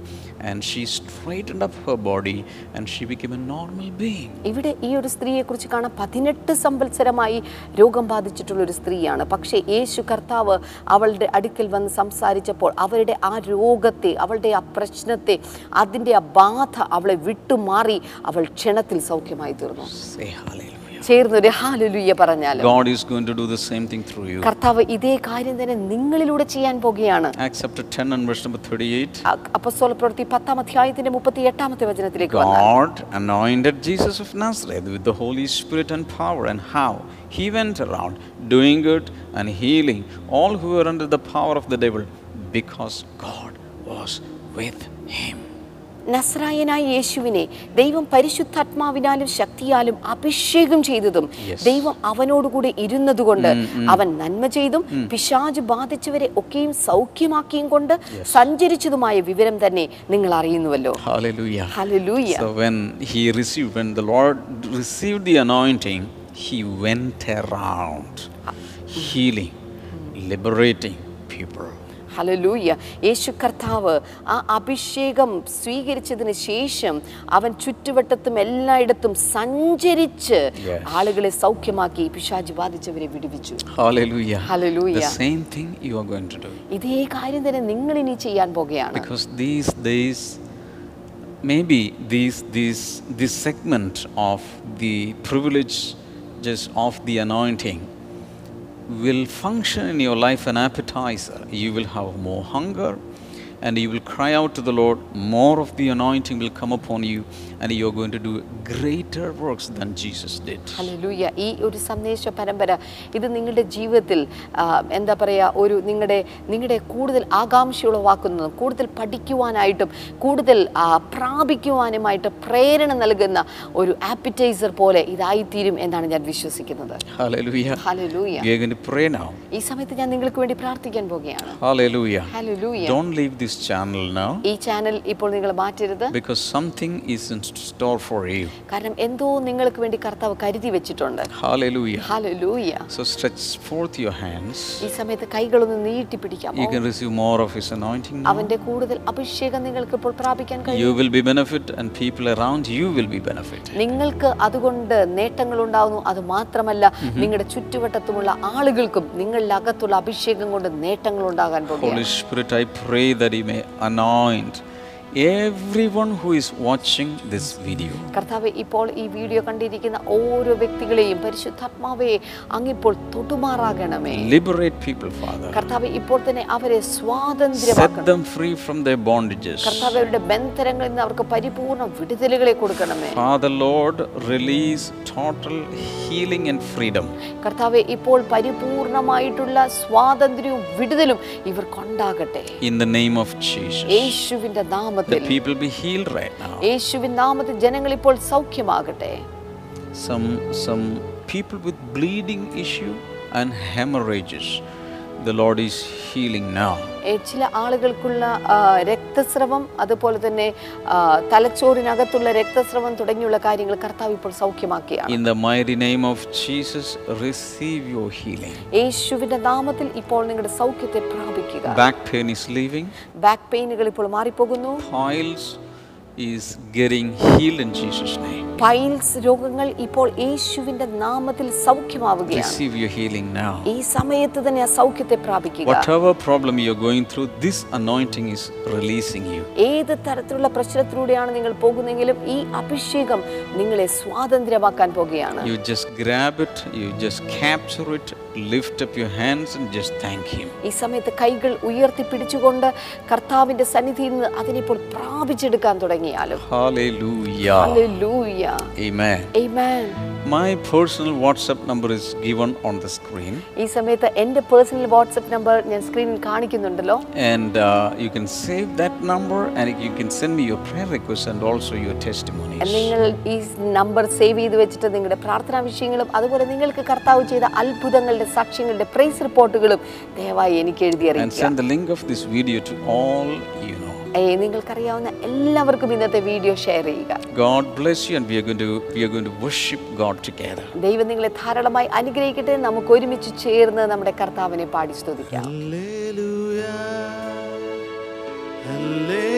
S1: and she straightened up her body and she became a normal being.
S2: ഇവിടെ ഈ ഒരു സ്ത്രീയെക്കുറിച്ച് കാണാൻ പതിനെട്ട് സംവത്സരമായി രോഗം ബാധിച്ചിട്ടുള്ള ഒരു സ്ത്രീയാണ് പക്ഷേ യേശു കർത്താവ് അവളുടെ അടുക്കൽ വന്ന് സംസാരിച്ചപ്പോൾ അവരുടെ ആ രോഗത്തെ അവളുടെ ആ പ്രശ്നത്തെ അതിൻ്റെ ആ ബാധ അവളെ വിട്ടുമാറി അവൾ ക്ഷണത്തിൽ സൗഖ്യമായി തീർന്നു
S1: Say hallelujah.
S2: ചേർന്നൊരു ഹാലുലുയ്യ പറഞ്ഞാൽ
S1: God is going to do the same thing through you.
S2: കർത്താവ് ഇതേ കാര്യം തന്നെ നിങ്ങളിലൂടെ ചെയ്യാൻ പോകുകയാണ്
S1: Acts chapter 10 and verse number 38.
S2: അപ്പസ്തോല പ്രവൃത്തി പത്താം അധ്യായത്തിന്റെ മുപ്പത്തി എട്ടാമത്തെ വചനത്തിലേക്ക് വന്നാൽ
S1: God anointed Jesus of Nazareth with the Holy Spirit and power, and how he went around doing good and healing all who were under the power of the devil because God was with him.
S2: നസ്രായനായ യേശുവിനെ ദൈവം പരിശുദ്ധാത്മാവിനാലും ശക്തിയാലും അഭിഷേകം ചെയ്തതും ദൈവം അവനോടുകൂടെ ഇരുന്നതുകൊണ്ട് അവൻ നന്മ ചെയ്തും പിശാജ് ബാധിച്ചവരെ ഒക്കെയും സൗഖ്യമാക്കിയും കൊണ്ട് സഞ്ചരിച്ചതുമായ വിവരം തന്നെ നിങ്ങൾ അറിയുന്നുവല്ലോ
S1: Hallelujah.
S2: Hallelujah.
S1: So when he received, when the Lord received the anointing, he went around healing, liberating people.
S2: ഹലലൂയ യേശു കർത്താവ് ആ അഭിഷേകം സ്വീകരിച്ചതിന് ശേഷം അവൻ ചുറ്റുവട്ടത്തും എല്ലായിടത്തും സഞ്ചരിച്ച്
S1: Yes.
S2: ആളുകളെ സൗഖ്യമാക്കി പിശാജ് ബാധിച്ചവരെ വിടുവിച്ചു
S1: Hallelujah.
S2: Hallelujah.
S1: The same thing you are going to do.
S2: ഇതേ കാര്യം തന്നെ നിങ്ങൾ ഇനി ചെയ്യാൻ പോകുകയാണ്
S1: because these days maybe these these this segment of the privileges of the anointing will function in your life an appetizer you will have more hunger and you will cry out to the lord more of the anointing will come upon you and you are going to do greater works than jesus did
S2: hallelujah ഈ ഒരു സന്ദേശ പരമ്പര ഇത് നിങ്ങളുടെ ജീവിതത്തിൽ ആ, എന്താ പറയുക ഒരു നിങ്ങളുടെ നിങ്ങളുടെ കൂടുതൽ ആകാംക്ഷ ഉളവാക്കുന്നതും കൂടുതൽ പഠിക്കുവാനായിട്ടും കൂടുതൽ ആ, പ്രാപിക്കുവാനുമായിട്ട് പ്രേരണ നൽകുന്ന ഒരു ആപ്പിറ്റൈസർ പോലെ ഇതായിത്തീരും എന്നാണ് ഞാൻ വിശ്വസിക്കുന്നത്
S1: hallelujah
S2: ഹല്ലേലൂയ
S1: we are going to pray now
S2: ഈ സമയത്ത് ഞാൻ നിങ്ങൾക്ക് വേണ്ടി പ്രാർത്ഥിക്കാൻ പോവുകയാണ്
S1: hallelujah
S2: ഹല്ലേലൂയ
S1: don't leave this this channel now
S2: ഈ ചാനൽ ഇപ്പോൾ നിങ്ങൾ മാറ്റരുത്
S1: because something is in store for you.
S2: കാരണം എന്തോ നിങ്ങൾക്ക് വേണ്ടി കർത്താവ് കരുതി വെച്ചിട്ടുണ്ട്
S1: Hallelujah.
S2: ഹല്ലേലൂയ
S1: So stretch forth your hands.
S2: ഈ സമയത്ത് കൈകളൊന്ന് നീട്ടിപ്പിടിക്കാമോ
S1: You can receive more of His anointing now.
S2: അവന്റെ കൂടുതൽ അഭിഷേകം നിങ്ങൾക്ക് ഇപ്പോൾ പ്രാപിക്കാൻ കഴിയും
S1: You will be benefit, and people around you will be benefit.
S2: നിങ്ങൾക്ക് അതുകൊണ്ട് നേട്ടങ്ങൾ ഉണ്ടാവുന്നു അത് മാത്രമല്ല നിങ്ങളുടെ ചുറ്റുവട്ടത്തുമുള്ള ആളുകൾക്കും നിങ്ങളുടെ അകത്തുള്ള അഭിഷേകം കൊണ്ട് നേട്ടങ്ങൾ ഉണ്ടാകാൻ
S1: Holy
S2: പോകുന്നു
S1: Spirit, I pray that He may anoint everyone who is watching this video.
S2: കർത്താവ് ഇപ്പോൾ ഈ വീഡിയോ കണ്ടിരിക്കുന്ന ഓരോ വ്യക്തികളെയും പരിശുദ്ധാത്മാവെ അങ്ങിപ്പോൾ തൊടുമാറാകണമേ
S1: Liberate people, Father.
S2: കർത്താവ് ഇപ്പോൾ തന്നെ അവരെ
S1: Set
S2: സ്വാതന്ത്ര്യമാക്കണം
S1: them free from their bondages.
S2: കർത്താവ് അവരുടെ ബന്ധനങ്ങളിൽ നിന്ന് അവർക്ക് പരിപൂർണ വിടുതലുകളെ കൊടുക്കണമേ
S1: Father, Lord, release total healing and freedom.
S2: കർത്താവ് ഇപ്പോൾ പരിപൂർണമായിട്ടുള്ള സ്വാതന്ത്ര്യവും വിടുതലും ഇവർക്കുണ്ടാകട്ടെ
S1: In the name of Jesus.
S2: യേശുവിന്റെ
S1: The
S2: നാമത്തിൽ
S1: people be healed right now.
S2: യേശുവിൻ നാമത്തിൽ ജനങ്ങൾ ഇപ്പോൾ സൗഖ്യമാകട്ടെ
S1: Some some people with bleeding issue and hemorrhages. The Lord is healing now.
S2: ഏ, ചില ആളുകൾക്കുള്ള ആ, രക്തസ്രവം അതുപോലെ തന്നെ ആ, തലച്ചോറിനകത്തുള്ള രക്തസ്രവം തുടങ്ങിയുള്ള കാര്യങ്ങൾ കർത്താവ് ഇപ്പോൾ സൗഖ്യമാക്കിയാണ്
S1: In the mighty name of Jesus, receive your healing.
S2: യേശുവിന്റെ നാമത്തിൽ ഇപ്പോൾ നിങ്ങളുടെ സൗഖ്യത്തെ പ്രാപിക്കുക
S1: Back pain is leaving.
S2: Back പെയിനുകൾ ഇപ്പോൾ മാറിപ്പോകുന്നു
S1: Piles is getting healed in Jesus' name.
S2: Piles രോഗങ്ങൾ ഇപ്പോൾ യേശുവിന്റെ നാമത്തിൽ സൗഖ്യമാവുകയാണ്
S1: Receive your healing now.
S2: ഈ സമയത്ത് തന്നെ ആ സൗഖ്യത്തെ പ്രാപിക്കുക
S1: Whatever problem you're going through, this anointing is releasing you.
S2: ഏത് തരത്തിലുള്ള പ്രശ്നത്തിലൂടെയാണ് നിങ്ങൾ പോകുന്നെങ്കിലും ഈ അഭിഷേകം നിങ്ങളെ സ്വാതന്ത്ര്യമാക്കാൻ പോകുകയാണ്
S1: You just grab it, you just capture it, lift up your hands and just thank Him.
S2: ഈ സമയത്ത് കൈകൾ ഉയർത്തിപ്പിടിച്ചുകൊണ്ട് കർത്താവിന്റെ സന്നിധിയിൽ നിന്ന് അതിനിപ്പോൾ പ്രാപിച്ചെടുക്കാൻ തുടങ്ങിയാലും
S1: Hallelujah.
S2: Hallelujah.
S1: Amen.
S2: Amen.
S1: My personal WhatsApp number is given on the screen,
S2: ഈ സമയത്ത് എൻ്റെ പേഴ്സണൽ വാട്സപ്പ് നമ്പർ ഞാൻ സ്ക്രീനിൽ കാണിക്കുന്നുണ്ടല്ലോ
S1: and uh, you can save that number and you can send me your prayer requests and also your testimonies.
S2: നിങ്ങൾ ഈ number save ചെയ്ത് വെച്ചിട്ട് നിങ്ങളുടെ പ്രാർത്ഥനാ വിഷയങ്ങളും അതുപോലെ നിങ്ങൾക്ക് കർത്താവ് ചെയ്ത അത്ഭുതങ്ങളുടെ സാക്ഷ്യങ്ങളുടെ പ്രൈസ് റിപ്പോർട്ടുകളും ദയവായി എനിക്ക് എഴുതി
S1: And
S2: അറിയിക്കുക
S1: send the link of this video to all you know.
S2: ഏയ് നിങ്ങൾക്കറിയാവുന്ന എല്ലാവർക്കും ഇന്നത്തെ വീഡിയോ ഷെയർ ചെയ്യുക
S1: God bless you, and we are going to we are going to worship God together.
S2: ദൈവം നിങ്ങളെ ധാരാളമായി അനുഗ്രഹിക്കട്ടെ നമുക്ക് ഒരുമിച്ച് ചേർന്ന് നമ്മുടെ കർത്താവിനെ പാടി സ്തുതിക്കാം
S3: Hallelujah. Hallelujah. Oh,